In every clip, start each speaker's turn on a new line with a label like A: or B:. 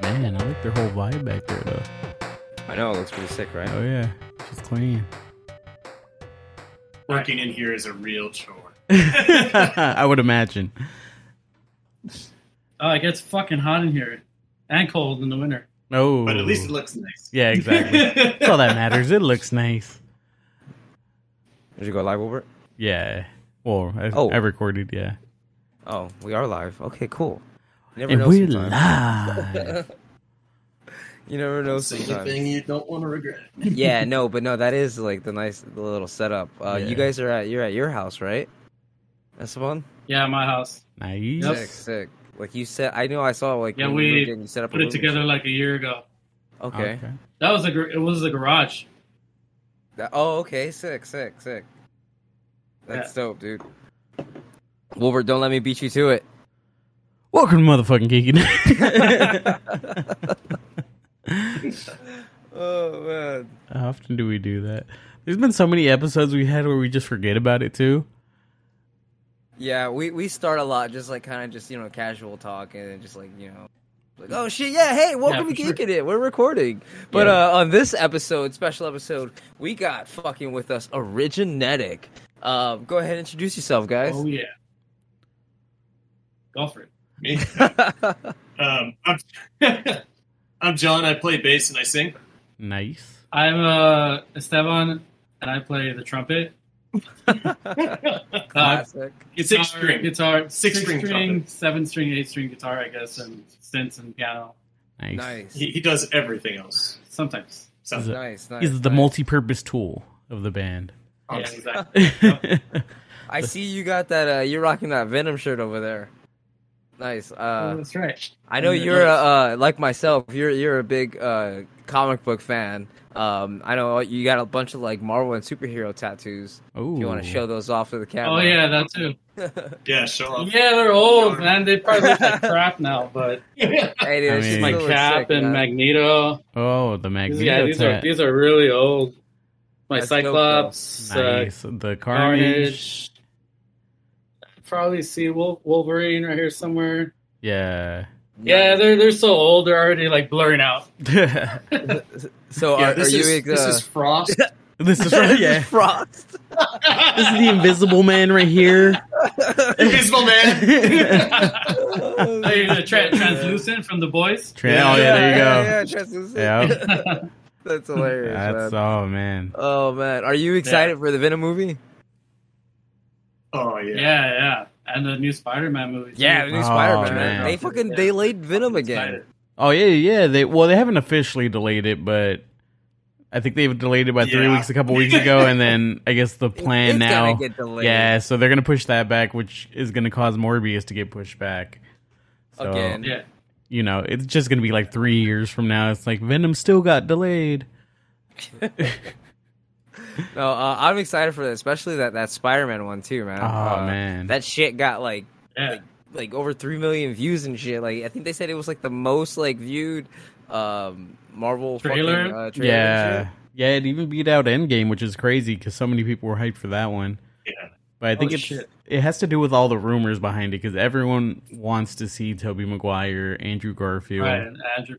A: their whole vibe back there though.
B: I know it looks pretty sick, right?
A: Oh yeah, she's clean.
C: Working in here is a real chore.
A: I would imagine.
D: Oh, it gets fucking hot in here and cold in the winter.
A: Oh,
C: But at least it looks nice.
A: yeah, exactly. That's all that matters. It looks nice.
B: Did you go live over? it?
A: Yeah. Well, I,
B: Oh.
A: I recorded. Yeah,
B: Oh, we are live. Okay, cool. You never
A: and
B: know
A: we're
B: sometimes.
A: live.
B: You never know
E: Say the
B: sometimes.
E: thing you don't want to regret.
B: yeah, no, but no, that is like the nice the little setup. Uh,
A: Yeah.
B: You guys are at you're at your house, right? That's the one.
D: Yeah, my house.
A: nice.
D: Yep.
B: Sick, sick. Like you said, I know I saw like
D: Yeah,
B: when you
D: we
B: moved in, you set up a
D: Put it
B: room.
D: together like a year ago.
B: Okay.
D: That was a gar- it was the garage.
B: That- oh, okay. Sick, sick, sick. That's dope, dude. Wilbur, don't let me beat you to it.
A: Welcome to motherfucking geeking.
B: Oh man.
A: How often do we do that? There's been so many episodes we had where we just forget about it too.
B: Yeah, we we start a lot just like kind of just you know casual talk and then just like you know like oh shit yeah hey welcome
D: Mm. for
B: to
D: sure.
B: Geekin' It we're recording but
A: Yeah.
B: uh on this episode special episode we got fucking with us Originetic. Uh, go ahead and introduce yourself guys.
D: Oh yeah. Go for it.
C: Me? Um, I'm, I'm John. I play bass and I sing.
A: Nice.
D: I'm uh, Esteban, and I play the trumpet. Uh,
B: Classic.
C: It's
D: guitar,
C: six string.
D: guitar,
C: Six string trumpet.
D: seven string, eight string guitar, I guess, and synths and piano
A: Nice.
B: Nice.
C: He, he does everything else.
D: sometimes.
C: So,
A: Is it-
B: Nice, nice.
A: He's the
B: nice.
A: multi-purpose tool of the band.
D: Yeah,
C: Awesome.
D: exactly.
B: I see you got that. Uh, you're rocking that Venom shirt over there. Nice.
D: Oh,
B: Uh,
D: that's right.
B: I know
D: yeah,
B: you're uh, like myself. You're you're a big uh, comic book fan. Um, I know you got a bunch of like Marvel and superhero tattoos.
A: oh,
B: If you want to show those off to the camera?
D: Oh yeah, that too.
C: yeah, show off.
D: Yeah, they're old, man. They probably look like crap now, but
B: Hey, dude,
A: I
B: it's just
A: mean-
D: my
B: really
D: cap
B: sick,
D: and
B: man.
D: Magneto.
A: Oh, the
D: These-
A: magneto
D: yeah, these are
A: tat.
D: these are really old. My
B: That's dope, though.
D: Cyclops, uh,
A: nice. the carnage.
D: Carnage. Probably see Wol- Wolverine right here somewhere.
A: Yeah.
D: Yeah, they're they're so old. They're already like blurring out.
B: So
C: Yeah,
B: are, are
C: this,
B: you?
C: is,
B: ex-
C: this
B: uh,
C: is Frost.
A: this is right.
B: this is
A: Yeah.
B: Frost.
A: This is the Invisible Man right here.
C: Invisible Man.
A: Oh,
D: Are you the Oh, tra- translucent from the boys?
A: Tra- oh yeah, there you
B: Yeah,
A: go.
B: yeah, translucent.
A: Yeah.
B: That's hilarious.
A: That's
B: man.
A: oh man.
B: Oh man, are you excited for the Venom movie?
C: oh yeah.
D: Yeah, yeah. And the new Spider-Man movie. too.
B: Yeah, the new
A: Oh,
B: Spider-Man.
A: man.
B: They fucking they laid Venom again.
D: Excited.
A: Oh yeah, yeah. They well, they haven't officially delayed it, but I think they've delayed it by three
C: Yeah.
A: weeks, a couple weeks ago, and then I guess the plan
B: it's
A: now.
B: Gonna get delayed.
A: Yeah, so they're gonna push that back, which is gonna cause Morbius to get pushed back. So,
B: Again.
D: Yeah.
A: you know, it's just gonna be like three years from now. It's like Venom still got delayed.
B: No, uh, I'm excited for that, especially that that Spider-Man one too, man.
A: Oh
B: Uh,
A: man,
B: that shit got like
D: Yeah.
B: like over three million views and shit. Like I think they said it was like the most like viewed um Marvel
D: Trailer?
B: Fucking, uh, trailer and
A: yeah,
B: shit.
A: yeah. It even beat out Endgame, which is crazy because so many people were hyped for that one.
C: Yeah.
A: But I think
D: Oh,
A: it's
D: shit.
A: it has to do with all the rumors behind it because everyone wants to see Toby Maguire, Andrew Garfield.
D: Right. and Andrew.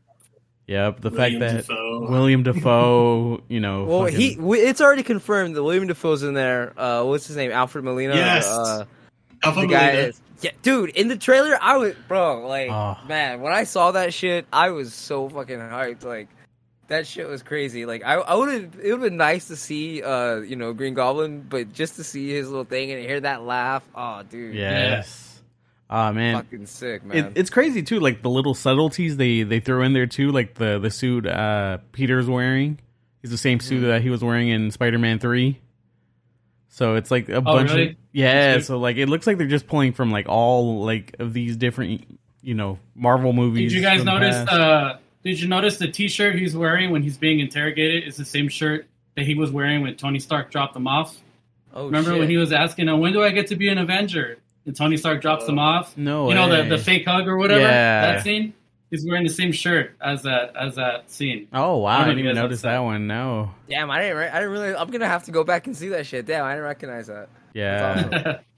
A: Yep, the fact
C: William
A: that
C: Dafoe.
A: William Defoe, you know,
B: Well,
A: fucking-
B: he we, it's already confirmed that William Defoe's in there. Uh, what's his name? Alfred Molina.
C: Yes.
B: Uh,
C: Alpha
B: the guy
C: Melina.
B: is. Yeah, dude. In the trailer, I was bro. Like
A: Oh.
B: man, when I saw that shit, I was so fucking hyped. Like that shit was crazy. Like I, I would have. It would have been nice to see, uh, you know, Green Goblin, but just to see his little thing and hear that laugh. Oh, dude.
A: yes. Oh man,
B: Fucking sick, man.
A: it, it's crazy too. Like the little subtleties they they throw in there too. Like the the suit uh Peter's wearing is the same
D: Mm.
A: suit that he was wearing in Spider Man Three. So it's like a bunch of
D: Oh, really?
A: yeah.
D: That's
A: So like it looks like they're just pulling from like all like of these different you know Marvel movies.
D: Did you guys
A: from the
D: notice
A: past.
D: the? Did you notice the T-shirt he's wearing when he's being interrogated is the same shirt that he was wearing when Tony Stark dropped him off?
B: oh,
D: Remember
B: shit.
D: when he was asking, "Now, "When do I get to be an Avenger?" And Tony Stark drops
B: Oh.
D: him off.
A: no?
D: you know
A: way.
D: the, the fake hug or whatever.
A: Yeah.
D: That scene. He's wearing the same shirt as that as that scene.
A: Oh wow!
D: I
A: I didn't
D: don't know if you
A: even
D: guys
A: notice
D: noticed
A: that
D: that.
A: one. No.
B: Damn, I didn't. Re- I didn't really. I'm gonna have to go back and see that shit. Damn, I didn't recognize that.
A: Yeah.
B: That's awesome.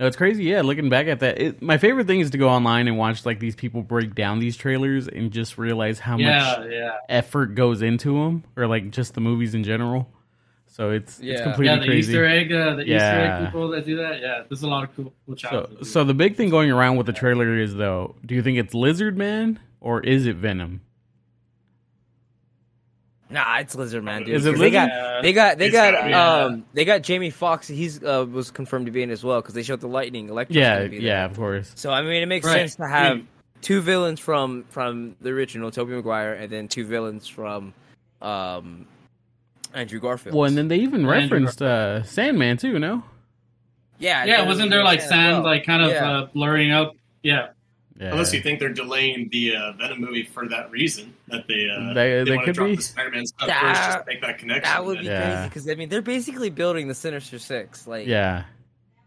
A: No, it's crazy. Yeah, looking back at that, it, my favorite thing is to go online and watch like these people break down these trailers and just realize how much
D: yeah, yeah.
A: effort goes into them, or like just the movies in general. So it's it's
B: Yeah.
A: completely
D: yeah, the
A: crazy.
D: Easter egg, uh, the Easter
A: Yeah.
D: egg people that do that. Yeah, there's a lot of cool, cool
A: So,
D: challenges.
A: so the big thing going around with the trailer is though, do you think it's Lizard Man or is it Venom?
B: Nah, it's Lizard Man, dude.
A: Is it
B: 'cause they
A: Lizard?
B: got They got they
C: It's
B: got
C: gotta be,
B: um they got Jamie Foxx. He's uh, was confirmed to be in as well because they showed the lightning electric.
A: Yeah, yeah, of course.
B: So I mean, it makes
D: Right.
B: sense to have
D: Mm.
B: two villains from from the original Tobey Maguire and then two villains from um Andrew Garfield.
A: Well, and then they even
D: Andrew
A: referenced uh, Sandman too. No,
B: yeah,
D: yeah, wasn't there like
B: Sandman as
D: sand,
B: well.
D: like kind of
B: Yeah.
D: uh, blurring up? Yeah,
A: yeah,
C: Unless you think they're delaying the uh, Venom movie for that reason, that they uh,
A: They- they
C: want
A: could
C: to drop
A: be.
C: the Spider-Man stuff
B: That-
C: first, just to make that connection.
B: that would be
A: Yeah.
B: crazy because I mean they're basically building the Sinister Six. Like
A: yeah,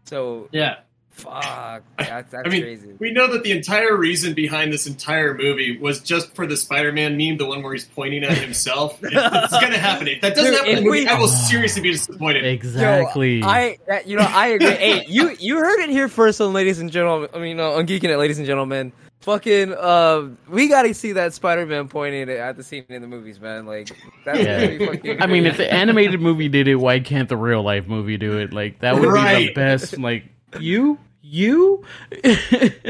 B: so
D: yeah.
B: fuck that's, that's
C: I mean,
B: crazy.
C: We know that the entire reason behind this entire movie was just for the Spider-Man meme, the one where he's pointing at himself. It- it's going to happen. If that doesn't
B: Dude,
C: happen, in
B: if
C: the movie,
B: we-
C: I will seriously be disappointed.
A: exactly.
B: Yo, I that, you know I agree. hey, you you heard it here first, on ladies and gentlemen. I mean, uh, on geeking it, ladies and gentlemen. Fucking, uh, we gotta see that Spider-Man pointing at the scene in the movies, man. Like that's
A: Yeah.
B: gonna be fucking.
A: I mean, if the animated movie did it, why can't the real life movie do it? Like that would be the
C: Right.
A: best. Like you, you.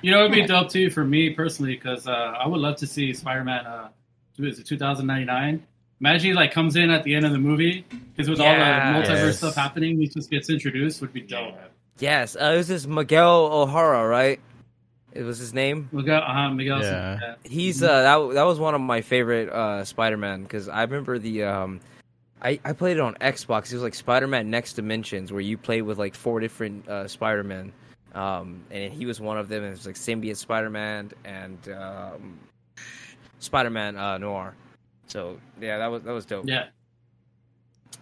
D: You know, it'd be dope too for me personally because uh, I would love to see Spider Man. Uh, what is it 2099? Imagine he like comes in at the end of the movie because with all the multiverse
A: Yes.
D: stuff happening, he just gets introduced. Would be dope.
B: yes, uh, it was this Miguel O'Hara, right? It was his name.
D: Miguel, uh, Miguel.
A: Yeah.
D: yeah.
B: He's uh, that that was one of my favorite uh Spider-Man because I remember the um. I, I played it on Xbox. It was like Spider-Man Next Dimensions, where you play with like four different uh, Spider-Men, um, and he was one of them. And it was like symbiote Spider-Man and um, Spider-Man uh, Noir. So yeah, that was that was dope.
D: Yeah,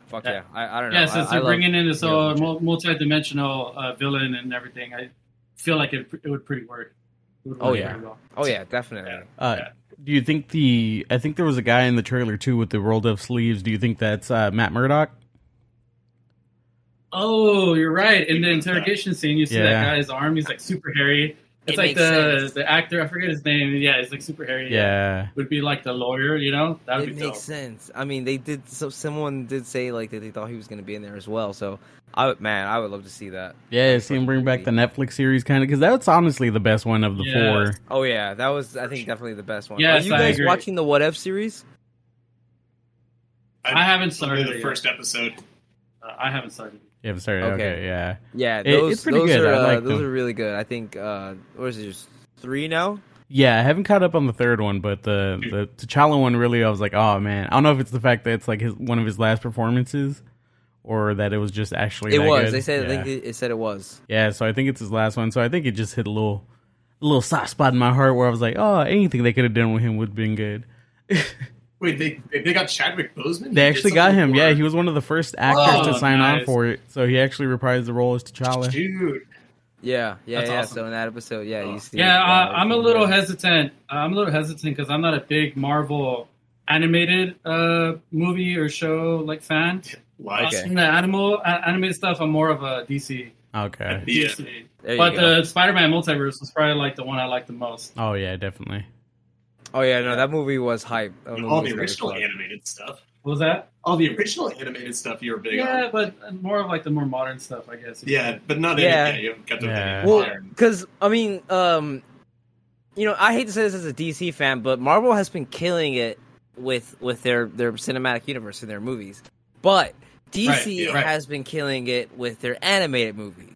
B: Fuck
D: Yeah.
B: yeah, I, I don't know.
D: yeah. Since
B: I, I
D: they're
B: love-
D: bringing in this
B: yeah,
D: uh,
B: Richard.
D: mul- multi-dimensional uh, villain and everything, I feel like it, it would pretty work. It would
B: Oh,
D: work
B: yeah.
D: pretty well.
B: oh yeah, definitely.
D: Yeah.
A: uh, do you think the? I think there was a guy in the trailer too with the rolled up sleeves. Do you think that's uh, Matt Murdock?
D: Oh, you're right. In the interrogation scene, you see
A: Yeah.
D: that guy's arm. He's like super hairy. It's
B: It
D: like
B: makes
D: the
B: sense.
D: the actor. I forget his name. Yeah, he's like super hairy.
A: Yeah.
D: would be like the lawyer. You know, that would
B: it
D: be
B: makes
D: dope.
B: sense. I mean, they did. So someone did say like that they thought he was going to be in there as well. So, I would- man, I would love to see that.
A: Yeah, see him bring back the Netflix series kind of because that's honestly the best one of the
D: Yeah.
A: four.
B: Oh yeah, that was I think definitely the best one.
D: Yes,
B: Are you
D: I
B: guys
D: agree.
B: watching the What If series?
D: I haven't
C: Only
D: started
C: the
D: it
C: first episode.
D: Yet. Uh, I haven't started. it.
A: Yeah, sorry. Okay,
B: Okay.
A: yeah,
B: Yeah,
A: It- it's
B: those
A: pretty
B: those
A: good.
B: are
A: I like
B: uh, those
A: them.
B: are really good. I think uh, what is it? There's three now.
A: yeah. I haven't caught up on the third one, but the the T'Challa one really, I was like, oh man. I don't know if it's the fact that it's like his one of his last performances, or that it was just actually
B: It
A: that
B: was.
A: good.
B: They said.
A: yeah.
B: I think it, it said it was.
A: yeah. So I think it's his last one. So I think it just hit a little a little soft spot in my heart where I was like, oh, anything they could have done with him would have been good.
C: Wait, they they- they got Chadwick Boseman.
A: They actually got him. Yeah, he was one of the first actors
D: Oh,
A: to sign on
D: nice.
A: for it. So he actually reprised the role as T'Challa.
C: Dude,
B: Yeah, yeah,
D: That's
B: yeah.
D: awesome.
B: So in that episode, yeah, you see.
D: Yeah,
B: uh,
D: uh, I'm a little hesitant. I'm a little hesitant because I'm not a big Marvel animated uh, movie or show like fan.
C: lies.
B: Okay.
D: In the animal uh, animated stuff, I'm more of a DC.
A: Okay.
C: Yeah.
D: DC.
B: There you
D: But
B: go.
D: the Spider-Man multiverse was probably like the one I liked the most.
A: Oh yeah, definitely.
B: oh yeah, no, that movie was hype. That movie
C: All
B: was
C: the
B: hype as
C: original
B: fuck.
C: animated stuff.
D: What was that?
C: All the original animated stuff you were big
D: Yeah,
C: on.
D: but uh, more of like the more modern stuff, I guess.
C: Yeah, but not
B: Yeah.
C: any. Yeah, you haven't got to
A: Yeah.
C: any.
B: Well,
C: modern.
B: because I mean, um, you know, I hate to say this as a DC fan, but Marvel has been killing it with with their their cinematic universe and their movies. But DC
D: Right, yeah, right.
B: has been killing it with their animated movies.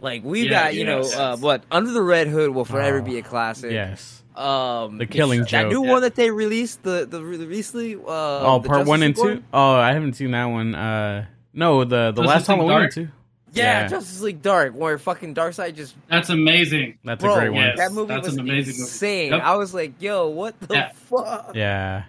B: Like we
D: Yeah,
B: got, you know,
C: yes.
B: uh, what Under the Red Hood will forever
A: Oh,
B: be a classic.
A: Yes.
B: Um,
A: The Killing
B: that
A: Joke.
B: new
D: Yeah.
B: one that they released the the re- recently. Uh,
A: Oh,
B: the
A: part
B: Justice
A: one and
B: League
A: two. Oh, I haven't seen that one. Uh, no, the the
D: Justice
A: last
D: League
A: Halloween
D: Dark?
A: too.
B: Yeah,
A: Yeah.
B: Justice League Dark, where fucking Darkseid just
D: that's amazing.
A: That's
B: Bro,
A: a great one.
D: yes.
B: that movie
D: that's
B: was
D: an amazing movie.
B: insane.
D: Yep.
B: I was like, yo, what the
D: Yeah.
B: fuck?
A: Yeah.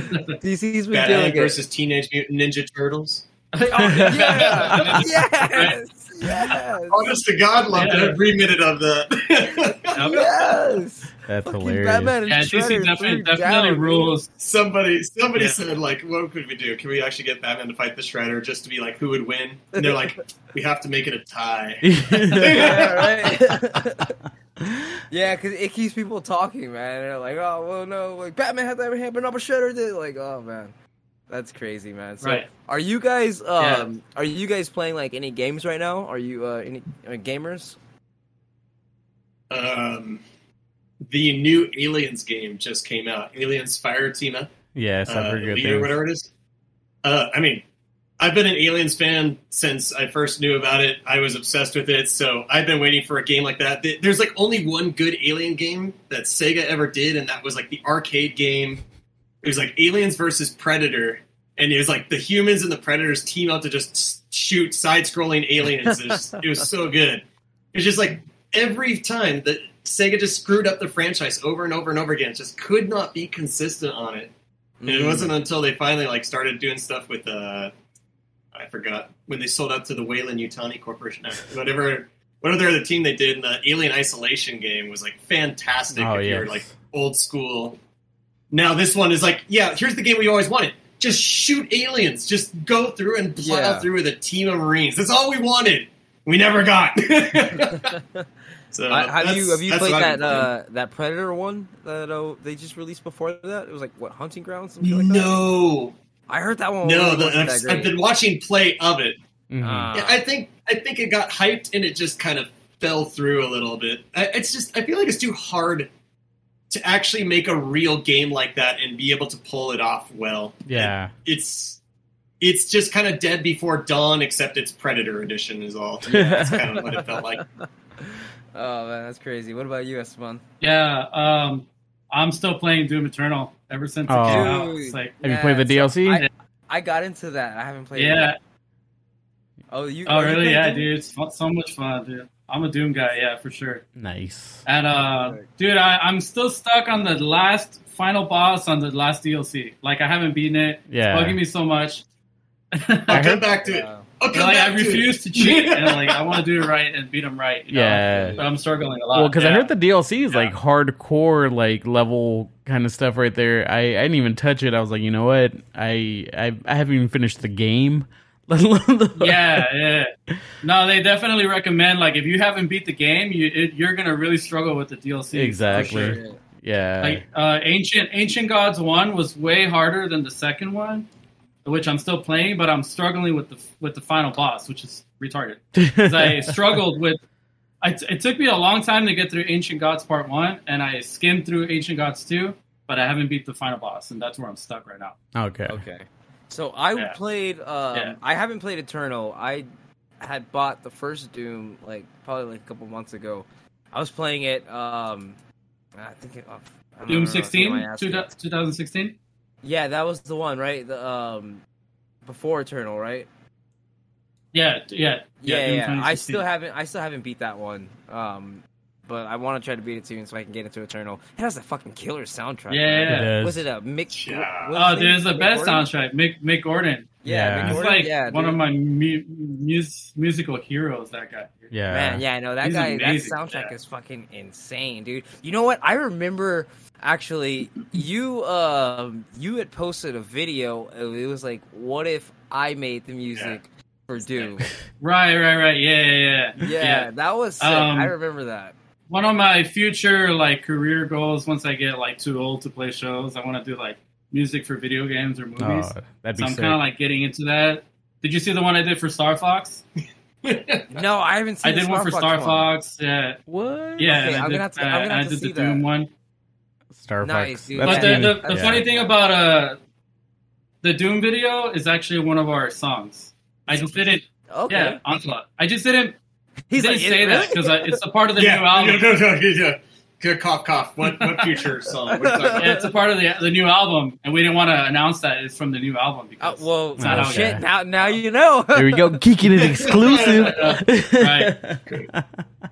B: DC's been
C: Batman
B: doing it.
C: versus Teenage Mutant Ninja Turtles.
D: Oh, yeah.
B: Yeah.
D: Right.
B: yes. Yes.
C: Honest to God, loved
D: Yeah.
C: every minute of that.
D: Yep.
B: Yes.
A: That's
B: Fucking
A: hilarious.
B: Batman and
D: Yeah,
B: Shredder
D: DC
B: three
D: definitely, definitely
B: down,
D: rules.
C: Somebody, somebody
D: Yeah.
C: said like, "What could we do? Can we actually get Batman to fight the Shredder just to be like, who would win?" And they're like, "We have to make it a tie."
B: dude.
A: yeah,
B: Yeah, right. yeah, because it keeps people talking, man. They're like, oh, well, no, like Batman had that hand, but not but Shredder did. Like, oh man, that's crazy, man. So,
D: Right.
B: are you guys, um, are you guys playing like any games right now? Are you uh, any uh, gamers?
C: um, the new Aliens game just came out. Aliens Fire Team Up,
A: it's not
C: uh,
A: very good
C: Elite or
A: things.
C: whatever it is. Uh, I mean, I've been an Aliens fan since I first knew about it. I was obsessed with it, so I've been waiting for a game like that. Th- There's like only one good Alien game that Sega ever did, and that was like the arcade game. It was like Aliens versus Predator, and it was like the humans and the Predators team up to just s- shoot side-scrolling aliens. It was, it was so good. It's just like every time that Sega just screwed up the franchise over and over and over again. It just could not be consistent on it. And
B: Mm.
C: it wasn't until they finally like started doing stuff with uh I forgot when they sold out to the Wayland Utani Corporation. I- Whatever whatever other team they did, the Alien Isolation game was like fantastic
A: Oh,
C: if you were
A: yes.
C: like old school. Now this one is like, yeah, here's the game we always wanted. Just shoot aliens. Just go through and plow
B: Yeah.
C: through with a team of Marines. That's all we wanted. We never got. so
B: I- have
C: that's-
B: you have you
C: that's
B: played
C: what
B: that
C: I've been playing.
B: uh, that Predator one that uh, they just released before that? It was like what Hunting Grounds? Something like that?
C: no,
B: I heard that one.
C: no.
B: really
C: The,
B: Oh, wasn't
C: I've,
B: that
C: I've
B: great.
C: been watching play of it.
A: Mhm.
B: Uh,
C: Yeah, I think I think it got hyped and it just kind of fell through a little bit. I, it's just I feel like it's too hard to actually make a real game like that and be able to pull it off well.
A: yeah.
C: it's it's just kind of dead before dawn, except it's Predator edition is all. Yeah, that's kind of what it felt like.
B: Oh man, that's crazy. What about you, Esmond?
D: Yeah, um, I'm still playing Doom Eternal ever since it
A: Oh.
D: came out. It's like,
A: Have you played the
B: so
A: DLC?
B: I, I got into that. I haven't played.
D: yeah.
B: It. Oh, you.
D: Oh,
B: you
D: really?
B: played
D: Yeah,
B: it?
D: dude. It's fu- so much fun, dude. I'm a Doom guy, yeah, for sure.
A: nice.
D: And uh, dude, I, I'm still stuck on the last final boss on the last DLC. Like, I haven't beaten it.
A: Yeah.
D: It's bugging me so much.
C: I'll
A: I
C: come
A: heard-
C: back to it.
B: Wow.
C: I'll come
D: like,
C: back
D: I
C: to it.
D: refuse to cheat. and like, I want to do it right and beat him right. you know?
A: Yeah.
D: But I'm struggling a lot.
A: Well, because I
D: yeah.
A: heard the DLC is
D: Yeah.
A: like hardcore, like level kind of stuff right there. I, I didn't even touch it. I was like, you know what? I I, I haven't even finished the game. Let alone the-
D: yeah, yeah. No, they definitely recommend like if you haven't beat the game, you it, you're gonna really struggle with the DLC.
A: Exactly.
D: For sure.
B: Shit.
A: yeah.
D: Like uh, ancient ancient gods one was way harder than the second one, which I'm still playing, but I'm struggling with the with the final boss, which is retarded. 'Cause I struggled with. I t- it took me a long time to get through Ancient Gods Part One, and I skimmed through Ancient Gods Two, but I haven't beat the final boss, and that's where I'm stuck right now.
A: okay.
B: Okay. So I
D: Yeah.
B: played. Um,
D: Yeah.
B: I haven't played Eternal. I had bought the first Doom like probably like a couple months ago. I was playing it. Um, I think it. I don't
D: Doom
B: remember what game I
D: 16,
B: asked
D: two,
B: it.
D: 2016.
B: Yeah, that was the one, right? The um, before Eternal, right?
D: Yeah, yeah,
B: yeah,
D: Doom
B: yeah. I
D: 2016.
B: still haven't I still haven't beat that one. Um but I want to try to beat it soon so I can get into Eternal. It has a fucking killer soundtrack. man.
D: Yeah.
A: It is.
B: Was it a Mick? what
C: Yeah.
B: was
D: Oh,
B: his
D: dude,
B: name?
D: it's the
B: Mick
D: best
B: Gordon?
D: soundtrack. Mick Mick Gordon.
B: Yeah,
A: Yeah.
B: Mick
D: He's
B: Gordon,
D: like
B: yeah,
D: one
B: dude.
D: of my mu- mus- musical heroes. That guy. dude.
A: Yeah.
B: Man, yeah, I know that
D: He's
B: guy.
D: amazing,
B: that soundtrack
D: yeah.
B: is fucking insane, dude. You know what? I remember actually you um you had posted a video. It was like, what if I made the music for Doom?
D: Right, right, right. Yeah, yeah,
B: Yeah,
D: yeah.
B: that was. Sick.
D: Um,
B: I remember that.
D: One of my future like career goals. Once I get like too old to play shows, I want to do like music for video games or movies.
A: Oh, that'd be
D: so I'm
A: sick.
D: kind of like getting into that. Did you see the one I did for Star Fox?
B: No, I haven't seen.
D: I
B: the
D: did one for
B: Fox.
D: Star
B: one.
D: Fox. Yeah,
A: what?
D: yeah.
B: Okay,
D: and I
B: I'm
D: did,
B: gonna have to- I'm gonna
D: and
B: have
D: I
B: to
D: did
B: see
D: the
B: that.
D: Doom one.
A: Star
B: Nice,
A: Fox.
B: dude.
A: That's
D: But
B: That's
D: the,
A: gonna
D: the,
A: be-
D: the
B: yeah.
D: funny thing about uh, the Doom video is actually one of our songs. I just didn't.
B: Okay.
D: Yeah, Onslaught. I just didn't
B: He's
D: didn't
B: like,
D: say that
B: really?
D: because it's a part of the
C: yeah,
D: new album.
C: no, no, no, yeah. Good cough, cough. What, what future song? What are you talking about?
D: Yeah, it's a part of the the new album, and we didn't want to announce that it's from the new album
B: Uh,
D: because
B: well,
D: It's not
B: well,
D: out
B: shit.
A: yet.
B: Now, now you know.
A: there we go. Geeking is exclusive.
D: Right.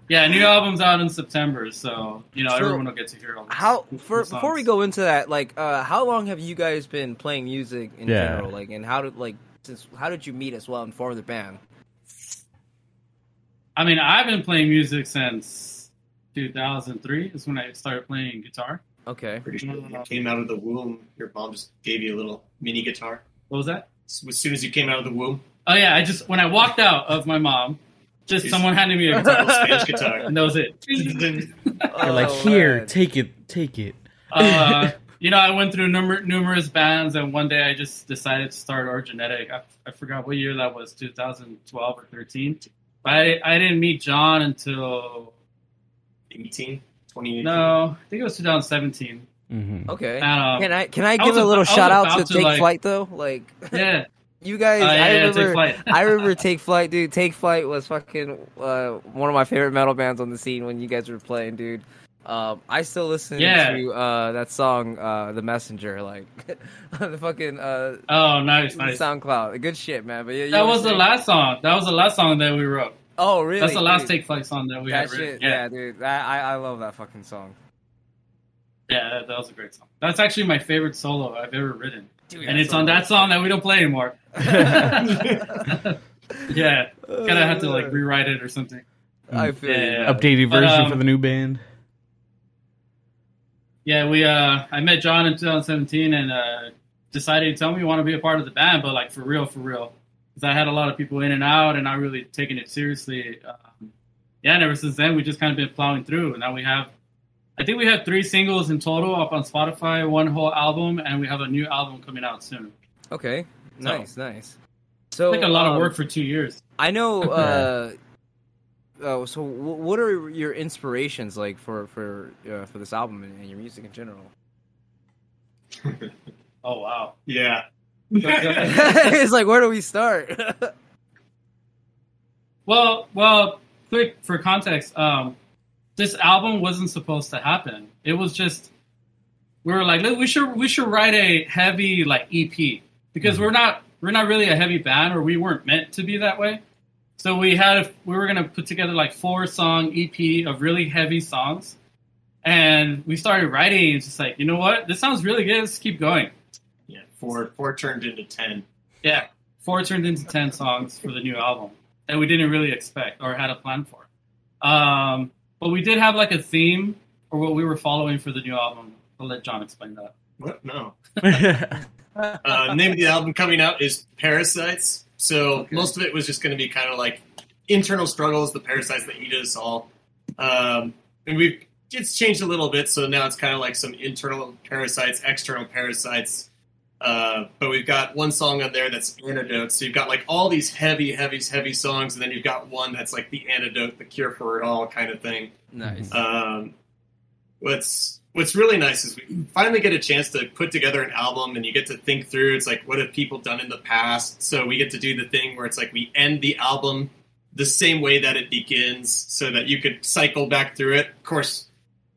D: yeah, new album's out in September, so you know
B: So,
D: everyone will get to hear all. This.
B: How
D: cool
B: for,
D: songs.
B: before we go into that, like, uh, how long have you guys been playing music in
A: Yeah.
B: general? Like, and how did like since how did you meet as well and form the band?
D: I mean, I've been playing music since 2003 is when I started playing guitar.
B: Okay.
C: Pretty sure when you came out of the womb, your mom just gave you a little mini guitar.
D: What was that?
C: S- As soon as you came out of the womb,
D: Oh yeah, I just when I walked out of my mom, just
C: Jeez.
D: someone handed me a guitar,
C: little Spanish guitar.
D: and that was it.
A: They're like,
B: Oh,
A: here,
B: man.
A: take it, take it.
D: Uh, you know, I went through numer- numerous bands, and one day I just decided to start Orgenetic. I, I forgot what year that was, 2012 or 13. But I, I didn't meet John until
C: 18, 28.
D: no, I think it was 2017.
A: hmm
B: Okay.
D: Um,
B: Can I can I
D: I
B: give
D: was
B: a little
D: about- I
B: shout
D: was
B: out to,
D: about to,
B: Take
D: like-
B: Flight though? Like
D: yeah,
B: you
D: uh,
B: guys,
D: yeah,
B: I
D: yeah,
B: remember.
D: take flight.
B: I remember Take Flight, dude. Take Flight was fucking uh, one of my favorite metal bands on the scene when you guys were playing, dude. Um, I still listen
D: Yeah.
B: to uh, that song, uh, "The Messenger," like on the fucking uh,
D: oh, nice, nice.
B: SoundCloud. Good shit, man. But yeah, you
D: That
B: were
D: was the
B: saying-
D: last song. That was the last song that we wrote.
B: Oh, really?
D: That's the last
B: dude.
D: Take Flight song that we
B: That
D: had written.
B: shit, yeah. dude. That, I I love that fucking song.
D: Yeah, that, that was a great song. That's actually my favorite solo I've ever written,
B: Dude,
D: and it's on that song that we don't play anymore. yeah, kind of had to like rewrite it or something.
B: I feel you,
D: Yeah.
B: man.
A: Updated
D: But,
A: version
D: um,
A: for the new band.
D: Yeah, we. Uh, I met John in 2017 and uh, decided to tell me you want to be a part of the band, but like for real, for real, because I had a lot of people in and out and not really taking it seriously. Um, yeah, and ever since then we just kind of been plowing through. And now we have, I think we have three singles in total up on Spotify, one whole album, and we have a new album coming out soon.
B: Okay.
D: So-
B: Nice, nice. So
D: like a lot of
B: um,
D: work for two years.
B: I know. Uh, uh, so, w- what are your inspirations like for for uh, for this album and, and your music in general?
D: Oh wow. uh,
C: Yeah.
B: it's like, where do we start?
D: Well, well, quick for context, um, this album wasn't supposed to happen. It was just we were like, "Look, we should we should write a heavy like EP because we're not we're not really a heavy band or we weren't meant to be that way. So we had we were gonna put together like four song EP of really heavy songs, and we started writing. It's just like, you know what, this sounds really good. Let's keep going.
C: Yeah. Four, four turned into 10.
D: Yeah, four turned into ten songs for the new album that we didn't really expect or had a plan for. Um, but we did have like a theme or what we were following for the new album. I'll let John explain that.
C: What? No. Uh, name of the album coming out is Parasites. So
D: Okay.
C: most of it was just going to be kind of like internal struggles, the parasites that eat us all. Um, and we've it's changed a little bit, so now it's kind of like some internal parasites, external parasites. Uh, but we've got one song on there that's antidote. So you've got like all these heavy, heavy, heavy songs, and then you've got one that's like the antidote, the cure for it all kind of thing.
B: nice.
C: Um, what's What's really nice is we finally get a chance to put together an album, and you get to think through. It's like, what have people done in the past? So we get to do the thing where it's like we end the album the same way that it begins, so that you could cycle back through it. Of course,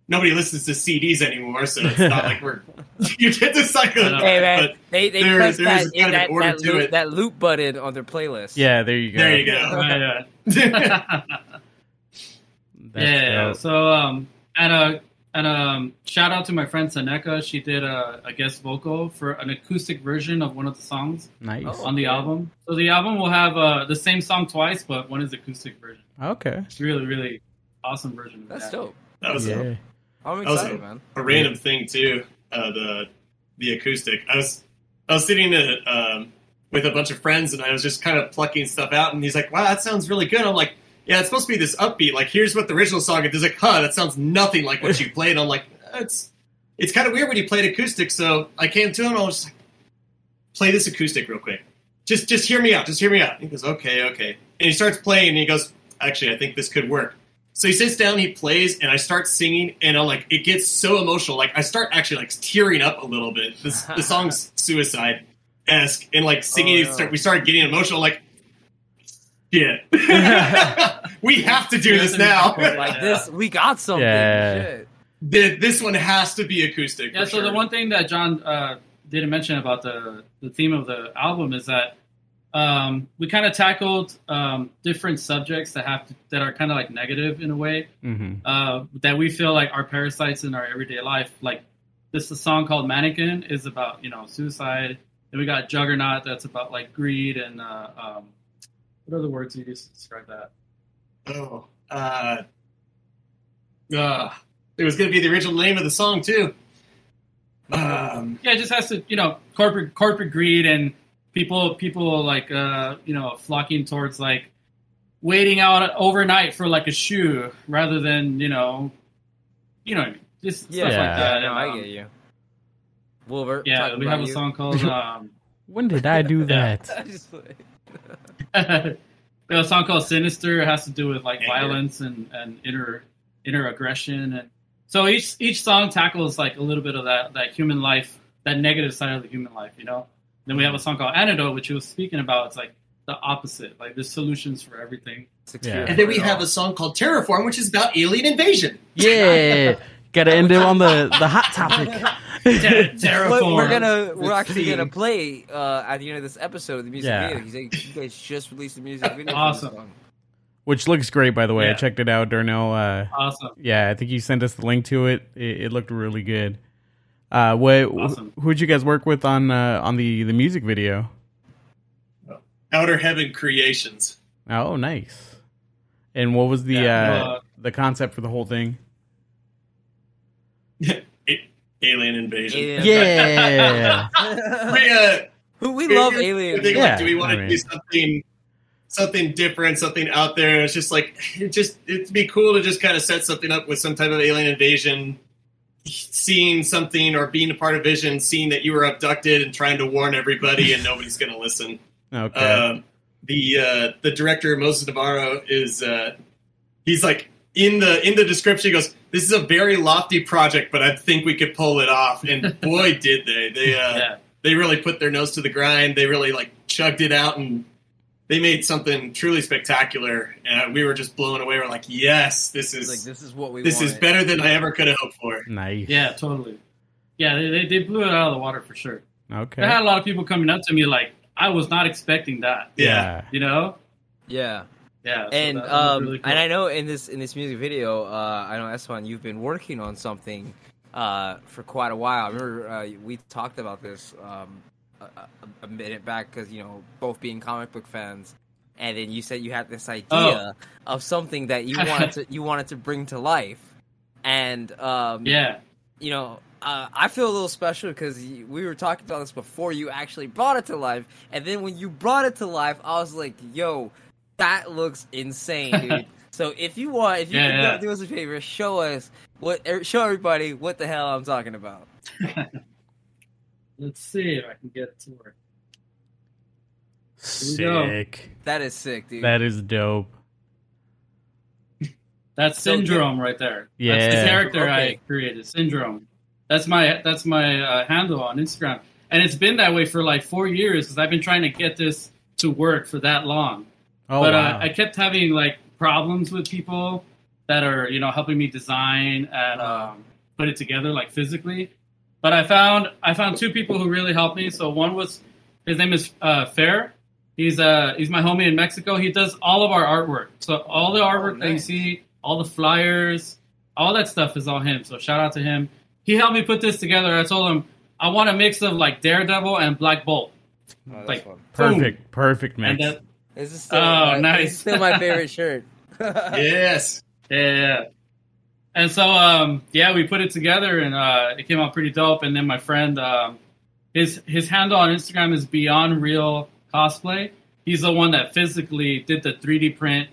C: nobody listens to CDs anymore, so it's not like we're you get to cycle.
D: Hey,
C: back,
B: Hey man,
C: but
B: they they
C: there-
B: pressed
C: there
B: that,
C: is kind of an
B: that,
C: order
B: that,
C: to
B: loop,
C: it.
B: that loop button on their playlist.
A: yeah, there you go.
C: there you
B: Oh,
C: go.
D: Yeah,
A: That's
D: yeah.
A: dope.
D: So um, and uh, and um, shout out to my friend Seneca. She did a, a guest vocal for an acoustic version of one of the songs
A: nice.
B: Oh.
D: on the album. So the album will have uh, the same song twice, but one is acoustic version.
A: Okay.
D: It's really really awesome version. Of
B: that's
D: that.
B: dope.
C: That was
A: yeah.
B: I'm
C: That was
B: excited,
C: dope.
B: man.
C: a random thing too. Uh, the the acoustic. I was I was sitting uh um, with a bunch of friends and I was just kind of plucking stuff out. And he's like, "Wow, that sounds really good." I'm like, "Yeah, it's supposed to be this upbeat. Like, here's what the original song is." He's like, "Huh, that sounds nothing like what you played." I'm like, "It's it's kind of weird when you played acoustic." So I came to him. and I was just like, "Play this acoustic real quick. Just just hear me out. Just hear me out." He goes, "Okay, okay." And he starts playing. and He goes, "Actually, I think this could work." So he sits down, he plays, and I start singing, and I'm like, it gets so emotional. Like I start actually like tearing up a little bit. This, the song's suicide esque, and like singing,
B: Oh, no.
C: start, we started getting emotional. Like, yeah, we have to do this now.
B: Like this, we got something.
A: Yeah.
B: Shit.
C: Th- this one has to be acoustic. for
D: Yeah, so
C: sure.
D: the one thing that John uh, didn't mention about the, the theme of the album is that um, we kind of tackled um, different subjects that have to, that are kind of like negative in a way
A: Mm-hmm.
D: uh, that we feel like are parasites in our everyday life. Like this, is a song called "Mannequin" is about you know suicide, and we got "Juggernaut" that's about like greed and uh, um, what other words you use to describe that?
C: Oh, uh, Oh, Uh, it was going to be the original name of the song too. Um,
D: Yeah, it just has to, you know, corporate corporate greed and people people like uh, you know flocking towards like waiting out overnight for like a shoe rather than you know, you know, what I mean? just
B: Yeah,
D: stuff
A: Yeah.
D: like that.
B: no, I
D: Um,
B: get you. Wilbur,
D: Yeah,
B: talking
D: we
B: about
D: have a
B: you.
D: song called um,
A: When did I do
D: Yeah.
A: that?
B: Just like-
D: we have a song called "Sinister." It has to do with like
C: Anger.
D: violence and and inner inner aggression, and so each each song tackles like a little bit of that that human life, that negative side of the human life, you know. Then we have a song called "Antidote," which you was speaking about. It's like the opposite. Like there's solutions for everything.
B: it's a cure
A: Yeah.
C: and then we
B: for it
C: have
B: all.
C: a song called Terraform, which is about alien invasion.
A: Yeah, gotta end it on the the hot
D: Ter-
A: topic.
B: But
D: Terraform.
B: we're gonna we're
C: the
B: actually gonna
C: theme.
B: play uh, at the end of this episode the music
A: Yeah.
B: video. He's like, you guys just released the music video. for this
D: Awesome.
B: song."
A: Which looks great, by the way. I
D: Yeah.
A: checked it out, Darnell. Uh,
D: Awesome.
A: yeah, I think you sent us the link to it. It, it looked really good. Uh, what?
D: Awesome.
A: Who would you guys work with on uh, on the the music video?
C: Outer Heaven Creations.
A: Oh, nice. And what was the
D: Yeah,
A: uh,
D: uh,
A: the concept for the whole thing?
C: A- alien invasion.
B: Alien-
A: Yeah.
C: We, uh,
B: Who we
C: we-
B: love
C: we-
B: aliens.
C: we think,
A: Yeah,
C: like, do we want
A: I
C: to
A: mean-
C: do something, something different, something out there? And it's just like it just it'd be cool to just kind of set something up with some type of alien invasion, seeing something or being a part of Vision, seeing that you were abducted and trying to warn everybody, and nobody's gonna listen.
A: okay.
C: Um, the uh, the director Moses Navarro is uh, he's like in the in the description he goes this is a very lofty project but I think we could pull it off and boy did they they uh,
D: Yeah.
C: they really put their nose to the grind they really like chugged it out and they made something truly spectacular and we were just blown away we're like yes this is
B: like this is what we
C: this is
B: wanted.
C: better than I ever could have hoped for
A: nice.
D: Yeah. Totally. Yeah. They, they they blew it out of the water for sure.
A: Okay.
D: I had a lot of people coming up to me like I was not expecting that.
C: yeah,
A: Yeah.
D: You know.
B: Yeah.
D: Yeah. so
B: and
D: that- that was
B: um
D: really cool.
B: and I know in this in this music video, uh, I know Eswan, you've been working on something uh, for quite a while. I remember uh, we talked about this um, a, a- a minute back because you know both being comic book fans, and then you said you had this idea
D: Oh.
B: of something that you wanted to you wanted to bring to life, and um,
D: yeah.
B: you know, uh, I feel a little special because we were talking about this before you actually brought it to life, and then when you brought it to life, I was like, "Yo, that looks insane, dude." so if you want, if you
D: Yeah,
B: can
D: yeah.
B: do us a favor, show us what, er, show everybody what the hell I'm talking about.
D: Let's see if I can get it to work. we go.
A: Sick.
B: That is sick, dude.
A: That is dope.
D: That's
B: So good.
D: syndrome right there. that's
A: Yeah.
D: the character
B: Okay.
D: I created. Syndrome. That's my that's my uh, handle on Instagram, and it's been that way for like four years because I've been trying to get this to work for that long.
A: Oh
D: but
A: wow.
D: uh, I kept having like problems with people that are you know helping me design and um, put it together like physically. But I found I found two people who really helped me. So one was his name is uh, Fair. He's uh he's my homie in Mexico. He does all of our artwork. So all the artwork that you
B: nice.
D: see, all the flyers, all that stuff is all him. So shout out to him. He helped me put this together. I told him I want a mix of like Daredevil and Black Bolt.
B: Oh, that's
D: like,
B: fun.
A: perfect. Perfect
D: And
A: mix.
D: that,
B: This is still,
D: Oh,
B: my, This
D: nice.
B: is still my favorite shirt.
C: yes
D: Yeah, yeah, yeah. And so, um, yeah, we put it together, and uh, it came out pretty dope. And then my friend, um, his his handle on Instagram is Beyond Real Cosplay. He's the one that physically did the 3D print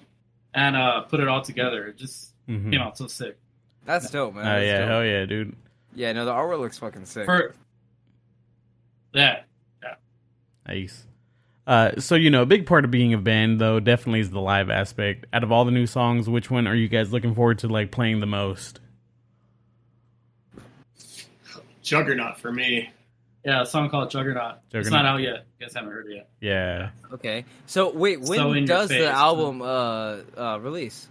D: and uh, put it all together. It just
A: Mhm.
D: came out so sick.
B: That's dope, man.
A: Oh
B: That's
A: yeah.
B: dope.
A: Hell yeah, dude.
B: yeah. No, the artwork looks fucking sick.
D: For yeah,
A: Nice. Uh, so you know, a big part of being a band though definitely is the live aspect. Out of all the new songs, which one are you guys looking forward to like playing the most?
C: Juggernaut for me
D: yeah, a song called Juggernaut. It's
A: Juggernaut.
D: not out yet. You guys haven't heard it yet.
A: Yeah.
B: okay, so wait, when
D: So in your
B: does
D: face.
B: the album uh, uh, release?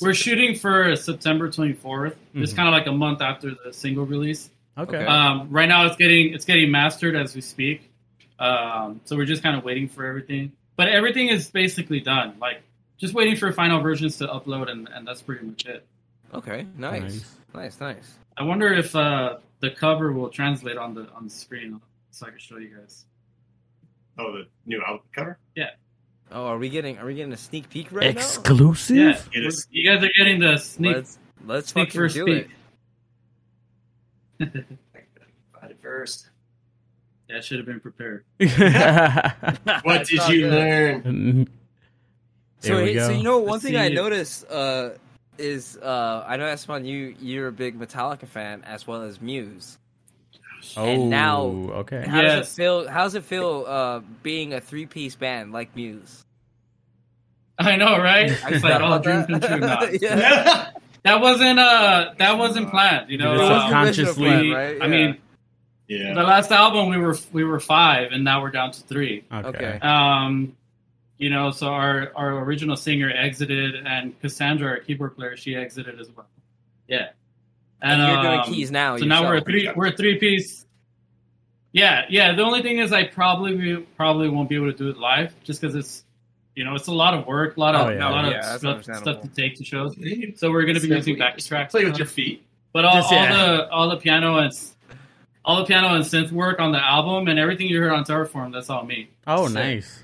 D: We're shooting for September 24th. It's kind of like a month after the single release.
A: Okay.
B: Okay.
D: Um, right now, it's getting it's getting mastered as we speak. Um, so we're just kind of waiting for everything, but everything is basically done. Like just waiting for final versions to upload, and, and that's pretty much it.
B: Okay, nice, nice, nice.
D: I wonder if uh, the cover will translate on the on the screen, so I can show you guys.
C: oh the new album cover
B: Oh, are we getting are we getting a sneak peek right now?
A: Exclusive?
D: Yeah,
C: It is-
D: you guys are getting the sneak
B: Let's let's
D: sneak
B: fucking
D: first
B: do
D: peek.
B: it.
C: Find it first.
D: Yeah, I should have been prepared.
C: What
B: It's
C: did
B: all
C: you
B: good.
A: there
C: learn?
B: So,
A: we
B: hey,
A: go.
B: so you know one
D: Let's
B: thing I
D: see.
B: noticed uh, is uh, I know Esteban, you you're a big Metallica fan as well as Muse.
A: oh,
B: and now-
A: okay.
B: How does
D: Yes.
B: it feel? How does it feel uh, being a three piece band like Muse?
D: I know, right?
A: I forgot
D: It's like all
B: about
D: dream
B: that.
D: come true. Nah.
B: yeah.
D: That wasn't uh that wasn't planned, you know.
A: It was
D: Um,
A: subconscious. consciously-
B: Original plan, right?
D: I mean, the
C: yeah.
D: last album we were we were five, and now we're down to three.
A: Okay.
B: okay.
D: um, you know, so our our original singer exited, and Cassandra, our keyboard player, she exited as well. Yeah,
B: and, you're
D: um,
B: doing keys now.
D: So now we're a
B: yourself.
D: three we're a three piece. Yeah, yeah. The only thing is, I probably probably won't be able to do it live, just because it's you know it's a lot of work, a lot of
A: Oh, yeah.
D: a lot
B: Yeah, that's
D: of stuff,
B: understandable.
D: stuff to take to shows. So we're going to be using back tracks.
C: Play with your feet.
D: But all,
A: Just, yeah.
D: all the all the piano and s- all the piano and synth work on the album and everything you heard on Terraform, that's all me.
A: Oh,
D: Sick.
A: nice.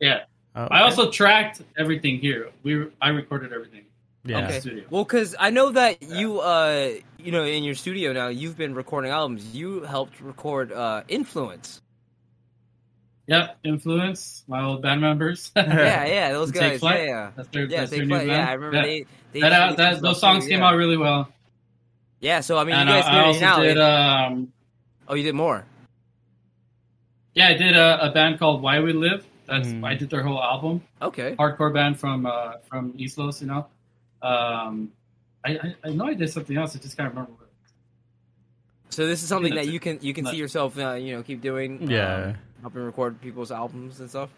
D: Yeah.
A: Oh,
D: I also tracked everything here. We I recorded everything
A: yeah.
D: in the
B: Okay.
D: studio.
B: Well, because I know that you, uh, you know, in your studio now, you've been recording albums. You helped record uh, "Influence."
D: Yep, influence my old band members.
B: Yeah, yeah, those
D: Take
B: guys.
D: Flight?
B: Yeah,
D: that's their,
B: yeah, yeah.
D: that's
B: Take
D: their new
B: Flight,
D: band.
B: yeah, I remember
D: Yeah.
B: they. they
D: that,
B: they-
D: out, that those songs
B: yeah.
D: came out really well.
B: Yeah, so I mean,
D: and
B: you
D: I,
B: guys
D: I
B: hear it
D: also
B: now.
D: did
B: it-
D: um
B: oh, you did more.
D: yeah I did a, a band called Why We Live. That's
A: Mhm.
D: I did their whole album.
B: Okay.
D: Hardcore band from uh from East Los, you know. Um, I, I I know I did something else. I just can't remember. what it was.
B: So this is something
D: That's
B: that
D: it.
B: you can you can
D: That's
B: see
D: it.
B: yourself, uh, you know, keep doing.
A: Yeah.
B: um, helping record people's albums and stuff.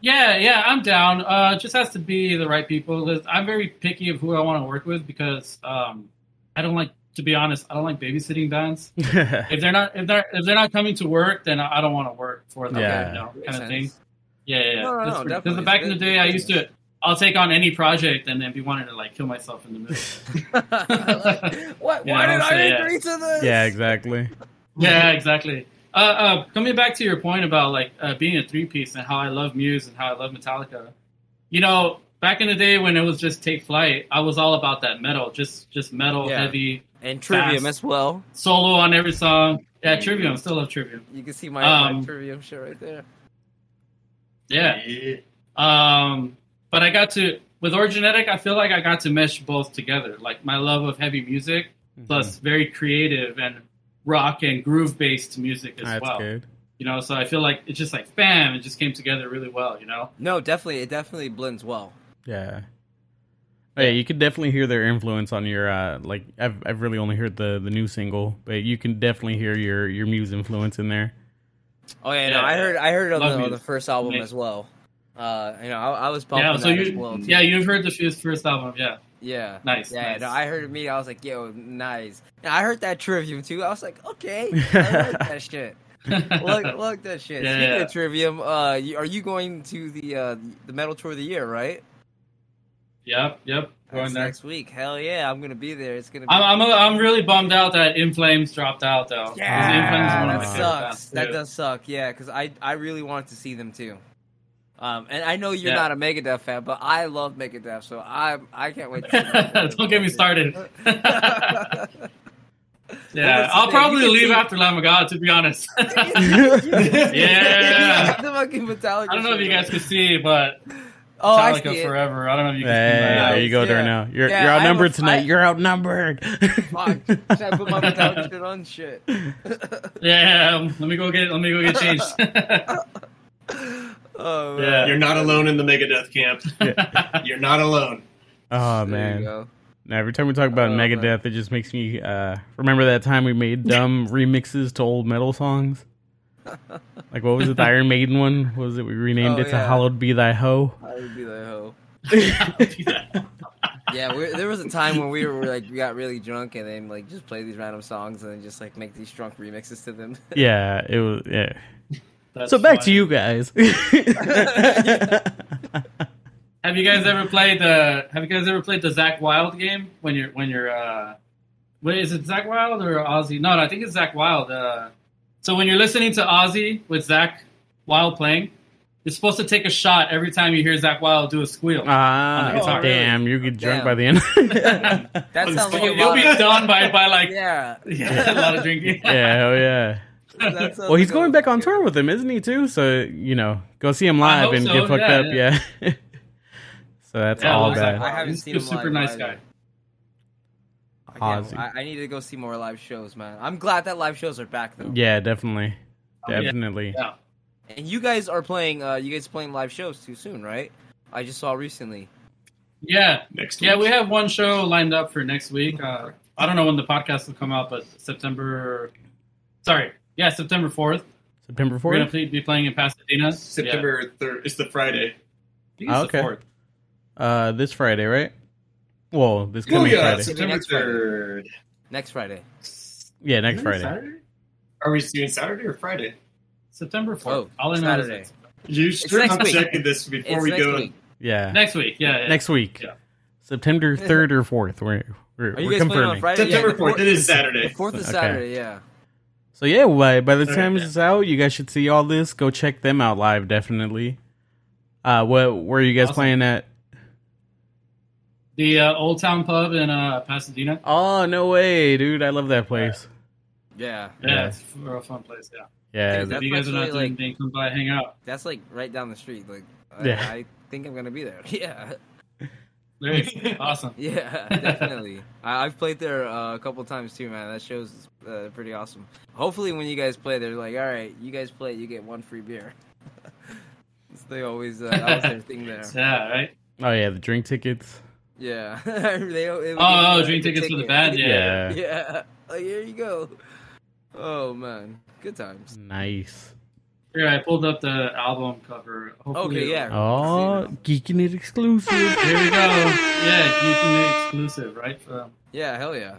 D: Yeah, yeah, I'm down. Uh, it just has to be the right people. There's- I'm very picky of who I want to work with because um, I don't like, to be honest, I don't like babysitting bands. If they're not, if they're if they're not coming to work, then I I don't want to work for them.
A: Yeah.
D: you know, kind
B: Makes
D: of thing.
B: sense.
D: Yeah, yeah.
B: No, no, no,
D: Because
B: definitely.
D: back
B: It's
D: in the
B: good-
D: day, I
B: good
D: used to, I'll take on any project and then be wanting to like kill myself in the middle.
B: what?
D: Yeah,
B: why did
D: honestly,
B: I
D: yeah.
B: agree to this?
A: yeah, exactly.
D: yeah, exactly. Uh, uh, coming back to your point about like uh, being a three piece and how I love Muse and how I love Metallica. You know, back in the day when it was just Take Flight, I was all about that metal, just just metal
B: Yeah.
D: heavy
B: And Trivium
D: Fast.
B: as well.
D: solo on every song. Yeah, Trivium, still love Trivium.
B: You can see my, my
D: Um,
B: Trivium shit right there.
D: Yeah, Um, but I got to with Orgenetic, I feel like I got to mesh both together. Like my love of heavy music
A: Mm-hmm.
D: plus very creative and rock and groove based music as
A: Mm-hmm. That's
D: well.
A: good.
D: You know, so I feel like it's just like bam, it just came together really well. You know,
B: No, definitely, it definitely blends well.
A: Yeah. Oh, yeah, you can definitely hear their influence on your uh like I've I've really only heard the the new single, but you can definitely hear your your Muse influence in there.
B: Oh yeah, no,
D: Yeah.
B: I heard I heard it on
D: Love
B: the, on
D: Muse.
B: the first album
D: Amazing.
B: as well. Uh, you know, I, I was bumping
D: yeah. So
B: that as
D: you,
B: well.
D: yeah, you've heard the Fuse first album, yeah.
B: yeah.
D: Nice,
B: Yeah,
D: nice.
B: no, I heard it. Me, I was like, "Yo, nice." And I heard that Trivium too. I was like, "Okay, I like that shit. Look, look that shit."
D: Yeah,
B: Speaking
D: yeah.
B: of Trivium, uh, you, are you going to the uh, the metal tour of the year? Right?
D: yep, yep. Going
B: That's
D: there.
B: next week. Hell yeah, I'm gonna be there. It's gonna. Be
D: I'm, I'm, I'm really bummed out that In Flames dropped out though. 'Cause In Flames is
B: Yeah,
D: one of
B: that
D: my favorite
B: sucks.
D: bands,
B: That
D: too.
B: does suck. Yeah, because I I really wanted to see them too. Um, and I know you're
D: Yeah.
B: not a Megadeth fan, but I love Megadeth, so I I can't wait. To see them.
D: Don't get me started.
B: Well,
D: Yeah,
B: that's the
D: I'll
B: thing.
D: probably
B: You can
D: leave
B: see-
D: after Lamb of God, to be honest. I
B: yeah,
D: Yeah.
B: the fucking Metallica.
D: don't know if
B: shit,
D: you
B: man.
D: guys can see, but
B: Oh, I see
D: Metallica
B: it.
D: Forever. I don't know if you
A: Hey,
D: can
A: there
D: see
A: you go,
B: Yeah.
A: Darnell. You're
B: Yeah,
A: you're
B: I have
A: outnumbered
B: a-
A: tonight.
B: I-
A: you're outnumbered.
B: Fuck. Should I put my Metallica shit on? Shit.
D: that. Yeah, um, let me go get let me go get changed.
B: Oh, man.
D: yeah.
C: You're not alone in the Megadeth camp. You're not alone.
A: oh
B: There you
A: man.
B: go.
A: Now, every time we talk about
B: Oh,
A: Megadeth,
B: man.
A: it just makes me uh, remember that time we made dumb remixes to old metal songs. Like what was it, the Iron Maiden one? What was it we renamed
B: Oh,
A: it to
B: yeah.
A: "Hallowed Be Thy Ho"?
B: I would be like, oh.
D: yeah,
B: Yeah, we there was a time when we were like, we got really drunk and then like just play these random songs and then just like make these drunk remixes to them.
A: Yeah, it was. Yeah.
D: That's
A: so back to
D: funny.
A: you guys.
D: Have you guys ever played the Have you guys ever played the Zach Wild game when you're when you're uh, wait is it Zach Wild or Ozzy? No, no, I think it's Zach Wild. Uh, so when you're listening to Ozzy with Zach Wild playing, You're supposed to take a shot every time you hear Zach Wild do a squeal.
A: Ah,
D: Oh, really?
A: damn! You get drunk
B: Damn.
A: by the end.
D: That
B: That
C: Oh,
B: sounds like
C: so
B: a
C: you'll
D: You'll
B: lot.
D: be
B: of-
D: done by by like
B: Yeah.
D: yeah, a lot of drinking.
A: yeah, hell yeah.
B: That sounds
A: Well, he's
B: like a-
A: going back on tour with him, isn't he? Too. So you know, go see him
D: I
A: live
D: hope
A: and
D: so,
A: get fucked
D: yeah,
A: up. Yeah. so that's
D: Yeah,
A: all
D: looks
A: bad.
D: like-
B: I haven't
D: He's
B: seen
D: a
B: him
D: super
B: live
D: nice
B: either.
D: guy.
B: I can't-
A: Ozzy.
B: I, I need to go see more live shows, man. I'm glad that live shows are back though.
A: Yeah, definitely,
D: Oh, yeah.
A: definitely.
D: Yeah.
B: And you guys are playing. Uh, you guys playing live shows too soon, right? I just saw recently.
D: Yeah,
C: next.
D: yeah.
C: week.
D: We have one show lined up for next week. Uh, I don't know when the podcast will come out, but September. Sorry, yeah, September fourth.
A: September
D: We're gonna
A: fourth.
D: play- be playing in Pasadena.
C: September third. It's the Friday.
D: Yeah. I think it's the
A: Okay.
D: 4th.
A: Uh, this Friday, right? Well, this
C: Oh
A: coming
C: yeah,
A: Friday.
C: September
B: Next Friday.
C: third.
B: Next Friday.
A: Yeah, next
D: Isn't it
A: Friday.
D: Saturday?
C: Are we doing Saturday or Friday?
D: September fourth.
B: Oh,
D: All I know is
B: Saturday.
D: it's-
C: You should
B: next
C: have
B: week.
C: checked this before
B: it's
C: we
B: next
C: go.
B: week. Uh,
A: Yeah.
D: next week. Yeah, yeah.
A: Next week.
D: Yeah.
A: September third or fourth. We're we're,
B: Are you
A: we're
B: guys playing on
A: confirming.
B: Friday?
C: September
B: yeah, the
C: fourth. It is
B: The
C: Saturday.
B: fourth is
A: Okay.
B: Saturday. Yeah.
A: So yeah, by, by the
C: Alright,
A: time
C: yeah.
A: this is out, you guys should see all this. Go check them out live, definitely. Uh, what where are you guys
D: Awesome.
A: playing at?
D: The uh, Old Town Pub in uh, Pasadena.
A: Oh no way, dude! I love that place.
B: Yeah.
D: Yeah,
A: Yeah.
D: it's a real fun place. Yeah.
A: Yeah,
B: Dude,
A: th-
D: if
B: That's
D: you guys are not doing
B: actually, like-
D: anything, come by, hang out.
B: That's like right down the street. Like,
A: Yeah.
B: I, I think I'm gonna be there. Yeah.
D: Great. awesome.
B: Yeah. Definitely. I, I've played there uh, a couple times too, man. That show's uh, pretty awesome. Hopefully, when you guys play, they're like, "All right, you guys play, you get one free beer." they always uh, that was their thing there.
D: Yeah, right.
A: oh yeah, the drink tickets.
B: Yeah. they, they would
D: Oh,
B: give
D: oh,
B: you
D: drink
B: the
D: tickets for the
B: ticket.
D: band. Yeah.
A: Yeah,
B: Yeah. Like, here you go. Oh man, good times.
A: nice.
D: Here, I pulled up the album cover. Hopefully
B: Okay, yeah.
A: Oh, geeking it exclusive.
D: Here we go. Yeah, you can do exclusive, right? Um,
B: Yeah, hell yeah.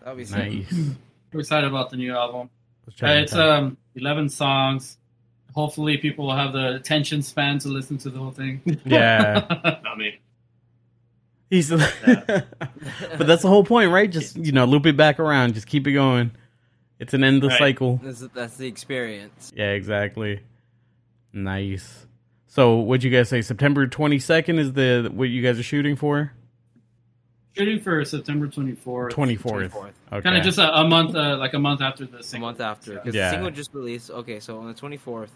B: That'll be sick.
A: Nice.
D: we're excited about the new album.
A: Let's
D: Uh,
A: check it
D: it's
A: out.
D: um 11 songs. Hopefully, people will have the attention span to listen to the whole thing.
A: yeah,
C: Not me.
A: he's. but that's the whole point, right? Just you know, loop it back around. Just keep it going. It's an endless
D: Right.
A: cycle.
B: This is- that's the experience.
A: Yeah, exactly. Nice. So, what'd you guys say? September twenty second is the what you guys are shooting for?
D: Shooting for September 24th.
A: Twenty fourth.
B: 24th.
A: Okay.
D: Kind of just a, a month, uh, like a month after the
B: A
D: single.
B: month after, because
A: Yeah.
B: the single just released. Okay, so on the twenty fourth.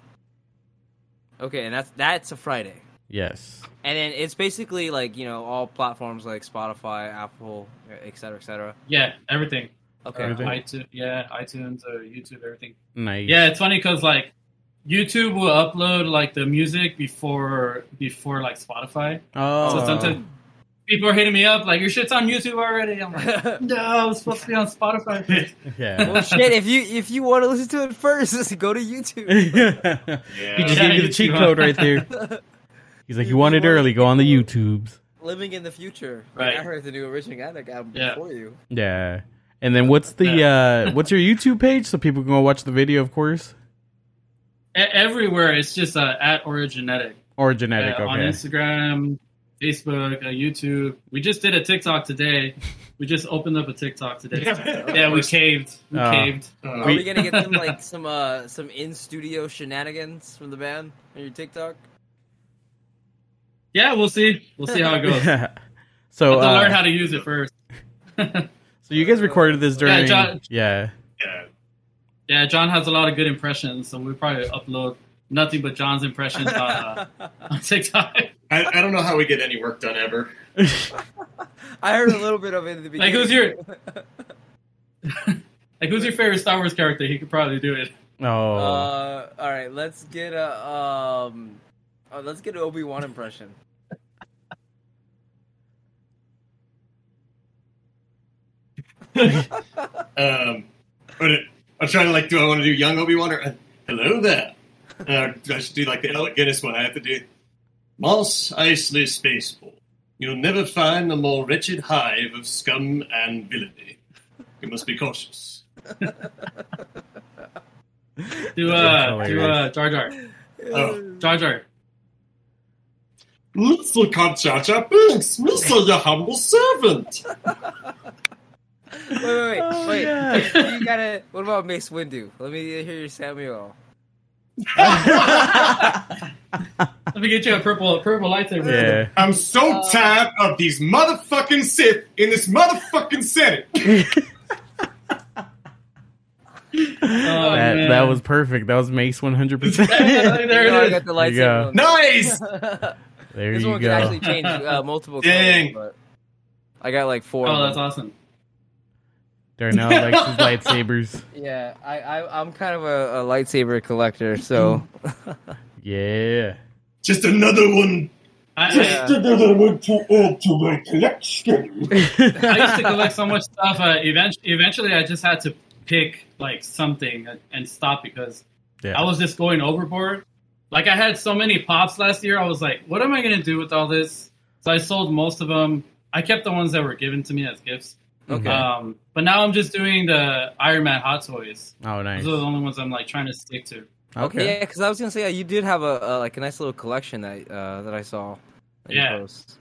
B: Okay, and that's that's a Friday,
A: yes.
B: and then it's basically like you know all platforms like Spotify, Apple, et cetera, et cetera.
D: Yeah, everything.
B: Okay,
D: Uh,
A: Everything.
D: iTunes, yeah, iTunes, uh, YouTube, everything.
A: Nice.
D: Yeah, it's funny because like YouTube will upload like the music before before like Spotify.
A: Oh.
D: So sometimes people are hitting me up like your shit's on YouTube already. I'm like, no, it's supposed to be on Spotify.
A: yeah.
B: well, shit, if you if you want to listen to it first, go to YouTube.
A: he just
C: Yeah.
A: gave you the cheat
D: Yeah.
A: code right there. He's like, you want it early? Go on the YouTubes.
B: Living in the future.
D: Right.
B: I heard the new Original Attic album
D: Yeah.
B: before you.
A: Yeah. And then what's the uh what's your YouTube page so people can go watch the video, of course,
D: E- Everywhere it's just uh, at Origenetic
A: or
D: Uh,
A: genetic?
D: on
A: okay.
D: Instagram, Facebook, uh, YouTube. We just did a TikTok today. We just opened up a TikTok today. Yeah, we caved. We
A: Uh,
D: caved.
C: Uh,
B: Are
A: We-
B: we gonna get some like some uh some in studio shenanigans from the band on your TikTok?
D: Yeah, we'll see. We'll see how it goes.
A: so,
D: Have to
A: uh,
D: learn how to use it first.
A: so you guys recorded this
D: Yeah,
A: during?
D: John-
A: yeah.
C: yeah.
D: Yeah, John has a lot of good impressions, so we'll probably upload nothing but John's impressions on, uh, on TikTok.
C: I, I don't know how we get any work done ever.
B: I heard a little bit of it in the
D: Like,
B: beginning.
D: who's your- like, who's your favorite Star Wars character? He could probably do it.
A: Oh.
B: Uh, all right, let's get a um, uh, let's get an Obi Wan impression.
C: Um, but it, I'm trying to like, do I want to do young Obi Wan or uh, hello there? Uh, I should do like the Alec Guinness one. I have to do Moss Isley Spaceball. You'll never find a more wretched hive of scum and villainy. You must be cautious.
D: Do uh,
A: That's
D: do uh, Jar Jar,
C: Oh.
D: Jar Jar.
C: Little Kamchacha Binks, Mr. Your Humble Servant.
B: Wait, wait, wait,
A: Oh,
B: wait.
A: yeah.
B: you gotta. What about Mace Windu? Let me hear your Samuel.
D: Let me get you a purple, a purple lightsaber.
A: Yeah.
E: I'm so tired of these motherfucking Sith in this motherfucking Senate.
D: Oh,
A: that
D: man.
A: that was perfect. That was Mace one hundred percent.
D: there it
B: You know, I
D: is.
B: got the
A: There you go.
B: lightsaber. one.
E: nice.
A: There
B: this
A: you
B: one can actually
A: go.
B: change uh, multiple
C: Dang.
B: colors. But I got like four.
D: Oh, that's awesome.
A: Darnell likes his lightsabers.
B: Yeah, I, I I'm kind of a, a lightsaber collector, so
A: Yeah.
C: Just another one.
D: I,
B: Yeah.
D: I,
E: another one to add to my collection.
D: I used to collect so much stuff. Uh, eventually, eventually, I just had to pick like something and stop because I
A: yeah.
D: was just going overboard. Like I had so many pops last year. I was like, what am I gonna do with all this? So I sold most of them. I kept the ones that were given to me as gifts.
B: okay.
D: Um, but now I'm just doing the Iron Man hot toys.
A: Oh, nice.
D: Those are the only ones I'm like trying to stick to.
A: Okay.
B: Yeah, because I was gonna say uh, you did have a uh, like a nice little collection that uh, that I saw. that you
D: Yeah.
B: post.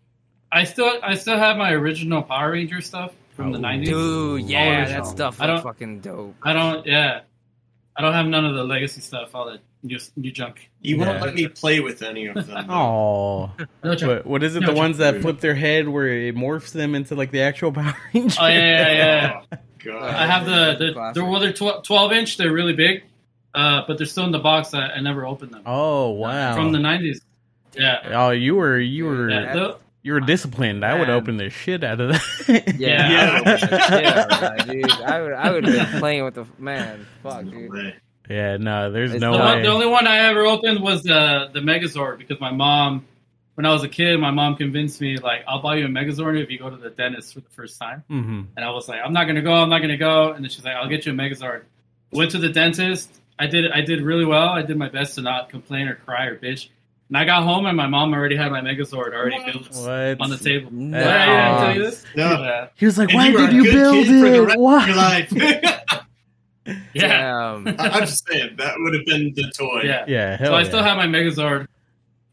D: I still I still have my original Power Ranger stuff from the
A: Oh.
D: 90s.
B: Dude, yeah,
D: Always
B: that
D: wrong.
B: stuff
D: I
B: was
D: don't-
B: fucking dope.
D: I don't. Yeah, I don't have none of the legacy stuff. All that new new junk.
C: You won't
A: Yeah.
C: let me play with any of them.
A: Oh,
D: No junk.
A: what, what is it?
D: No,
A: the
D: Chuck.
A: ones that flip their head where it morphs them into like the actual Power Ranger.
D: Oh yeah, yeah, yeah.
C: God.
D: I have the the
B: Classic.
D: they're, well, they're tw- twelve inch. They're really big, uh, but they're still in the box. I, I never opened them
A: Oh, wow.
D: from the nineties. Yeah,
A: oh, you were you were
D: yeah. tho-
A: you were disciplined. I would
B: Man.
A: open the shit out of that.
B: Yeah,
C: Yeah.
B: I would've been- yeah, dude. I would, I would have been playing with the man. Fuck,
C: No
B: dude.
C: way.
A: yeah. No, there's
B: It's
A: no
D: the,
B: not-
D: one,
A: way.
D: the only one I ever opened was uh, the the Megazord because my mom, when I was a kid, my mom convinced me like I'll buy you a Megazord if you go to the dentist for the first time.
A: hmm
D: And I was like, I'm not gonna go, I'm not gonna go. And then she's like, I'll get you a Megazord. Went to the dentist. I did I did really well. I did my best to not complain or cry or bitch. And I got home and my mom already had my Megazord already built
A: What?
D: on the table.
B: No.
D: Did I, did I tell you this?
C: No.
D: Yeah.
A: He was like,
C: And
A: "Why
C: were
A: did
C: a
A: you
C: good
A: build
C: kid for the rest
A: it?
C: of
A: Why?"
C: Your life.
D: Yeah.
B: Damn.
C: I- I'm just saying that would have been the toy.
D: Yeah.
A: Yeah, hell
D: So I
A: yeah.
D: still have my Megazord.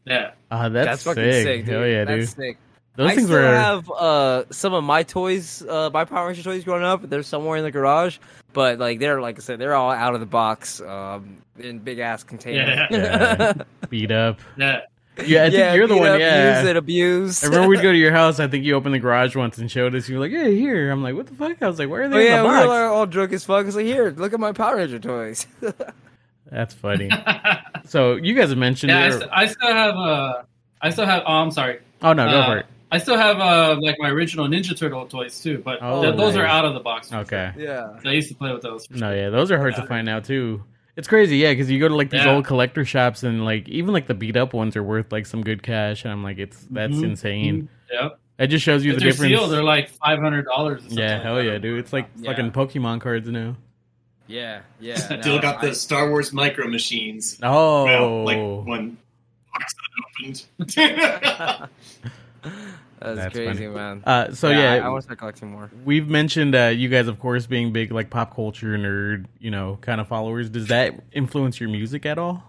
D: Yeah.
A: Ah, that's,
B: That's
A: sick.
B: fucking sick, dude.
A: Hell yeah, dude.
B: That's sick.
A: Those
B: I
A: things
B: still
A: were.
B: have uh, some of my toys, uh, my Power Ranger toys growing up. They're somewhere in the garage, but like they're like I said, they're all out of the box um, in big ass containers.
A: Yeah. beat up.
D: Yeah.
A: Yeah, I think you're the
B: beat
A: one.
B: up,
A: yeah,
B: used and abused.
A: I remember we'd go to your house. I think you opened the garage once and showed us. You were like, "Yeah, here." I'm like, "What the fuck?" I was like, "Where are they
B: Oh, yeah,
A: in the
B: we
A: box?"
B: were like, all drunk as fuck. It's like, here, look at my Power Ranger toys.
A: That's funny.
D: yeah.
A: so you guys have mentioned.
D: I,
A: it.
D: st- I still have uh I still have oh I'm sorry.
A: oh no, go
D: uh,
A: for it.
D: I still have uh like my original Ninja Turtle toys too, but
A: Oh,
D: th- those are
A: nice.
D: out of the box.
A: Okay.
B: yeah.
D: I used to play with those. for
A: No,
D: sure.
A: yeah, those are hard to find now too. It's crazy, yeah, because you go to like these
D: Yeah.
A: old collector shops and like even like the beat up ones are worth like some good cash, and I'm like, it's that's
D: Mhm.
A: insane.
D: Yep.
A: It just shows you
D: if
A: the
D: they're
A: difference.
D: sealed, they're like five hundred dollars.
A: yeah, hell yeah, dude. It's like
B: Yeah.
A: fucking Pokemon cards now.
B: Yeah, yeah.
C: Still
B: no,
C: got
B: I-
C: the Star Wars micro machines.
A: Oh,
C: Well, like one box that opened.
B: That's,
A: That's
B: crazy,
A: funny.
B: man.
A: uh, so
B: I-
A: yeah,
B: I, want to start collecting more.
A: we've mentioned uh, you guys, of course, being big like pop culture nerd, you know, kind of followers. Does that influence your music at all?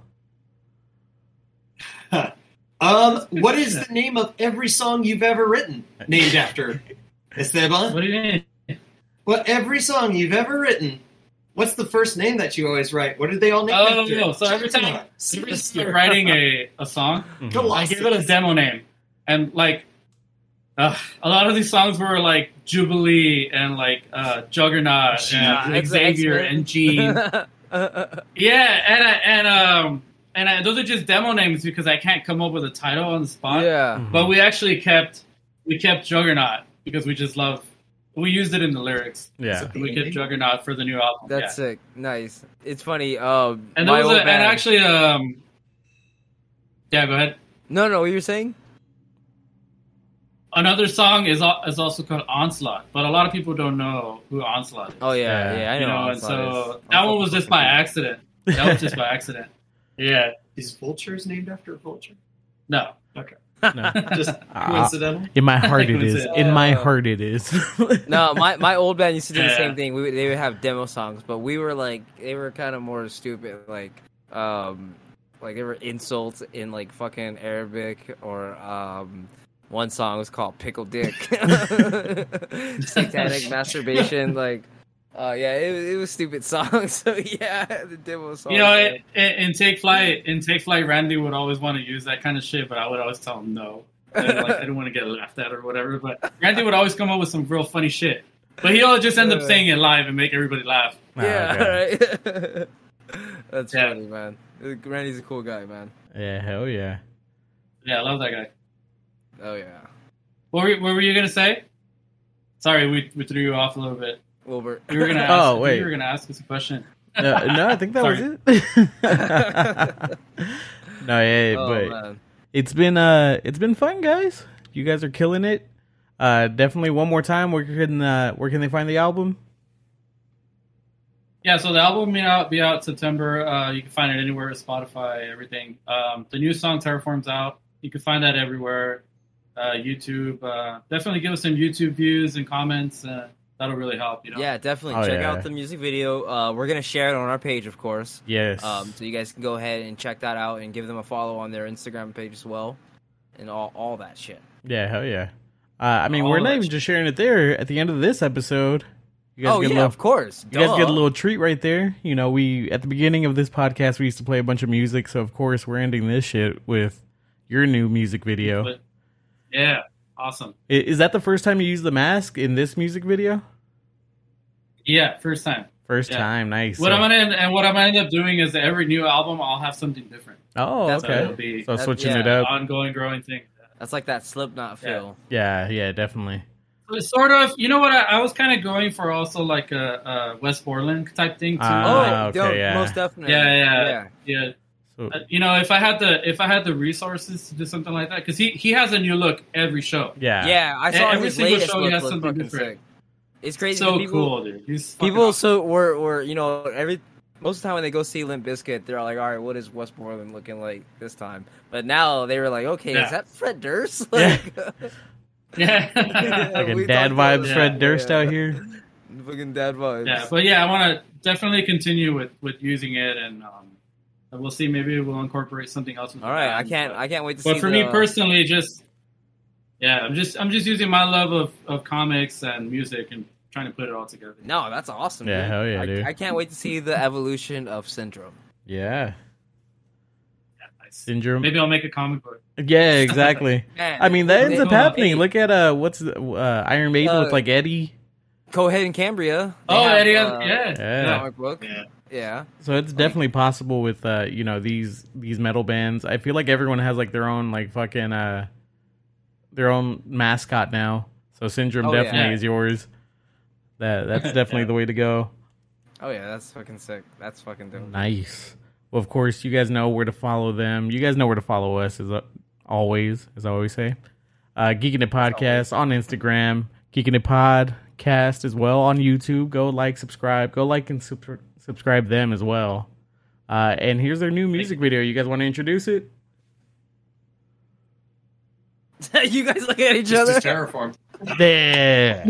C: um, what is the name of every song you've ever written named after?
D: What
C: Esteban?
D: do you mean?
C: What every song you've ever written? What's the first name that you always write? What did they all name
D: Oh,
C: after?
D: no, so every time-
C: Come on,
D: Every time
C: seriously.
D: I'm writing a, a song,
A: Mhm.
C: Go on,
D: I give it a demo name, and like uh, a lot of these songs were like Jubilee and like uh, Juggernaut
B: Yeah,
D: and
B: it's-
D: Uh, Xavier
B: it's-
D: and Gene. yeah, and I, and um and I, those are just demo names because I can't come up with a title on the spot.
B: yeah.
A: Mhm.
D: But we actually kept we kept Juggernaut because we just love we used it in the lyrics.
A: yeah,
D: We kept Juggernaut for the new album. yeah.
B: That's sick. Nice. It's funny. Um,
D: And
B: my
D: there was
B: old
D: a, and
B: band-
D: actually, um, yeah, go ahead.
B: no, no. What you were saying?
D: Another song is al- is also called Onslaught, but a lot of people don't know who Onslaught is.
B: Oh yeah,
A: Yeah.
B: yeah. I
D: you
B: know.
D: know,
B: what
D: and
B: song it
D: so
B: is.
D: that
B: I'm
D: one was
B: fucking
D: just by
B: fucking-
D: accident. That was just by accident. Yeah,
C: Is Vultures named after a vulture?
D: no,
A: no.
C: Just
A: Ah.
C: coincidental?
A: in my heart it
D: That's
A: is.
D: it.
A: In my
B: Uh,
A: heart it is.
B: No, my, my old band used to do the
D: Yeah.
B: same thing. We would, they would have demo songs, but we were like they were kind of more stupid, like um, like there were insults in like fucking Arabic or um, one song was called "Pickle Dick," satanic masturbation, like Uh, yeah, it, was- it was stupid song. So yeah, the demo song.
D: You know, it, it, in Take Flight, in Take Flight, Randy would always want to use that kind of shit, but I would always tell him no. And, like, I didn't want to get laughed at or whatever. But Randy would always come up with some real funny shit. But he'll just end up saying it live and make everybody laugh.
B: yeah,
A: Oh, okay.
B: right. That's
D: Yeah.
B: funny, man. Randy's a cool guy, man.
A: Yeah, hell yeah.
D: Yeah, I love that guy.
B: Oh yeah,
D: What were, what were you gonna say? Sorry, we, we threw you off a little bit.
B: Wilbur.
D: You were gonna ask,
A: Oh,
D: I think
A: wait.
D: you were gonna ask us a question.
A: No, no I think that was
D: Sorry.
A: it. no, yeah,
B: oh,
A: but
B: man.
A: it's been uh, it's been fun, guys. You guys are killing it. Uh, definitely one more time. Where can uh, where can they find the album?
D: Yeah, so the album may out be out September. Uh, you can find it anywhere, Spotify, everything. Um, the new song Terraform's out. You can find that everywhere. Uh, YouTube. Uh, definitely give us some YouTube views and comments. Uh, that'll really help. You know.
B: Yeah, definitely
A: Oh,
B: check
A: yeah.
B: out the music video. Uh, we're gonna share it on our page, of course.
A: Yes.
B: Um, so you guys can go ahead and check that out and give them a follow on their Instagram page as well, and all all that shit.
A: yeah, hell yeah. Uh, I mean,
D: All
A: we're
D: of
A: not
D: that
A: even
D: shit.
A: just sharing it there. At the end of this episode, you guys
B: Oh
A: get a
B: yeah,
A: little
B: of course.
A: You guys get a
B: Duh.
A: little treat right there. You know, we at the beginning of this podcast we used to play a bunch of music, so of course we're ending this shit with your new music video. I-
D: But- yeah. Awesome.
A: Is that the first time you used the mask in this music video?
D: Yeah. First time.
A: First
D: Yeah.
A: time, nice.
D: What
A: So-
D: I'm gonna end, and what I'm gonna end up doing is that every new album I'll have something different.
A: oh,
B: That's
D: So
A: okay.
D: it'll be
A: So
B: That-
A: switching
B: yeah.
A: it up.
D: ongoing, growing thing.
B: That's like that Slipknot
D: Yeah.
B: feel.
A: Yeah, yeah, definitely.
D: But sort of. You know what? I, I was kind of going for also like a, a West Borland type thing too.
A: Ah,
B: oh,
A: okay,
B: no,
A: yeah.
B: most definitely.
D: Yeah, yeah.
B: yeah.
D: yeah.
A: So
D: Uh, you know if i had the if i had the resources to do something like that because he he has a new look every show
A: yeah.
B: Yeah, I
D: And
B: saw
D: every
B: his
D: single
B: latest
D: show
B: look
D: has
B: was
D: something
B: fucking
D: different.
B: sick. It's crazy.
D: so
B: people,
D: cool dude He's fucking
B: People
D: awesome.
B: so were were you know every most of the time when they go see Limp Bizkit, they're like, all right, what is Westmoreland looking like this time? But now they were like, okay,
D: Yeah.
B: is that Fred Durst?
A: Yeah.
B: Like,
D: yeah
A: Like
B: we
A: a dad
B: thought that
A: vibes
B: was-
A: Fred Durst
B: yeah.
A: out here.
B: Fucking dad vibes.
D: yeah but yeah i want to definitely continue with with using it and um and we'll see maybe we'll incorporate something else with
B: all
D: the
B: right, I
D: band,
B: can't
D: but,
B: I can't wait to see.
D: but for me
B: the-
D: personally just yeah i'm just i'm just using my love of of comics and music and trying to put it all together
B: no, that's awesome.
A: Yeah,
B: dude.
A: hell yeah,
B: I,
A: dude.
B: I can't wait to see the evolution of Syndrome.
A: Yeah.
D: Yeah, nice.
A: Syndrome.
D: maybe i'll make a comic book
A: Yeah, exactly.
B: Man,
A: I mean, that ends up
D: Maybe-
A: happening. Look at uh what's the, uh Iron Maiden
B: Uh,
A: with like Eddie.
B: Coheed and Cambria. they
D: oh
B: have,
D: Eddie,
B: uh,
D: yeah,
A: yeah.
B: comic book.
C: Yeah.
B: yeah.
A: So it's definitely possible with uh, you know, these these metal bands. I feel like everyone has like their own like fucking uh their own mascot now. So Syndrome
B: Oh, yeah.
A: definitely is yours. That that's definitely
D: Yeah.
A: the way to go.
B: Oh yeah, that's fucking sick. That's fucking dope.
A: Nice. Well, of course, you guys know where to follow them. You guys know where to follow us as uh, always, as I always say. Uh Geeking It Podcast on Instagram, Geeking It Podcast as well on YouTube. Go like, subscribe, go like and sub- subscribe them as well. Uh, and here's their new music video. You guys want to introduce it?
B: you guys looking at each
E: Just
B: other?
E: as terraform.
A: There.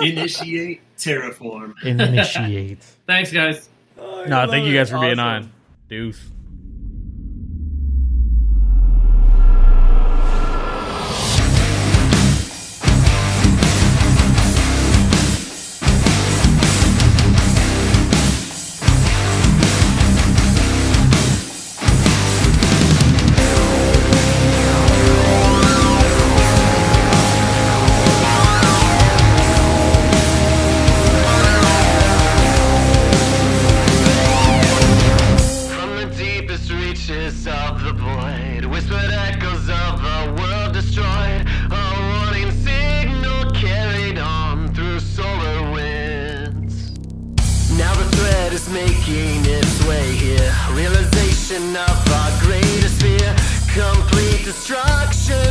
C: Initiate terraform.
A: Initiate.
D: thanks guys
A: no, thank you guys for being
B: Awesome.
A: on. Deuce.
F: From the deepest reaches of the void, whispered echoes of a world destroyed, a warning signal carried on through solar winds. Now the threat is making its way here. Realization of our greatest fear. Complete destruction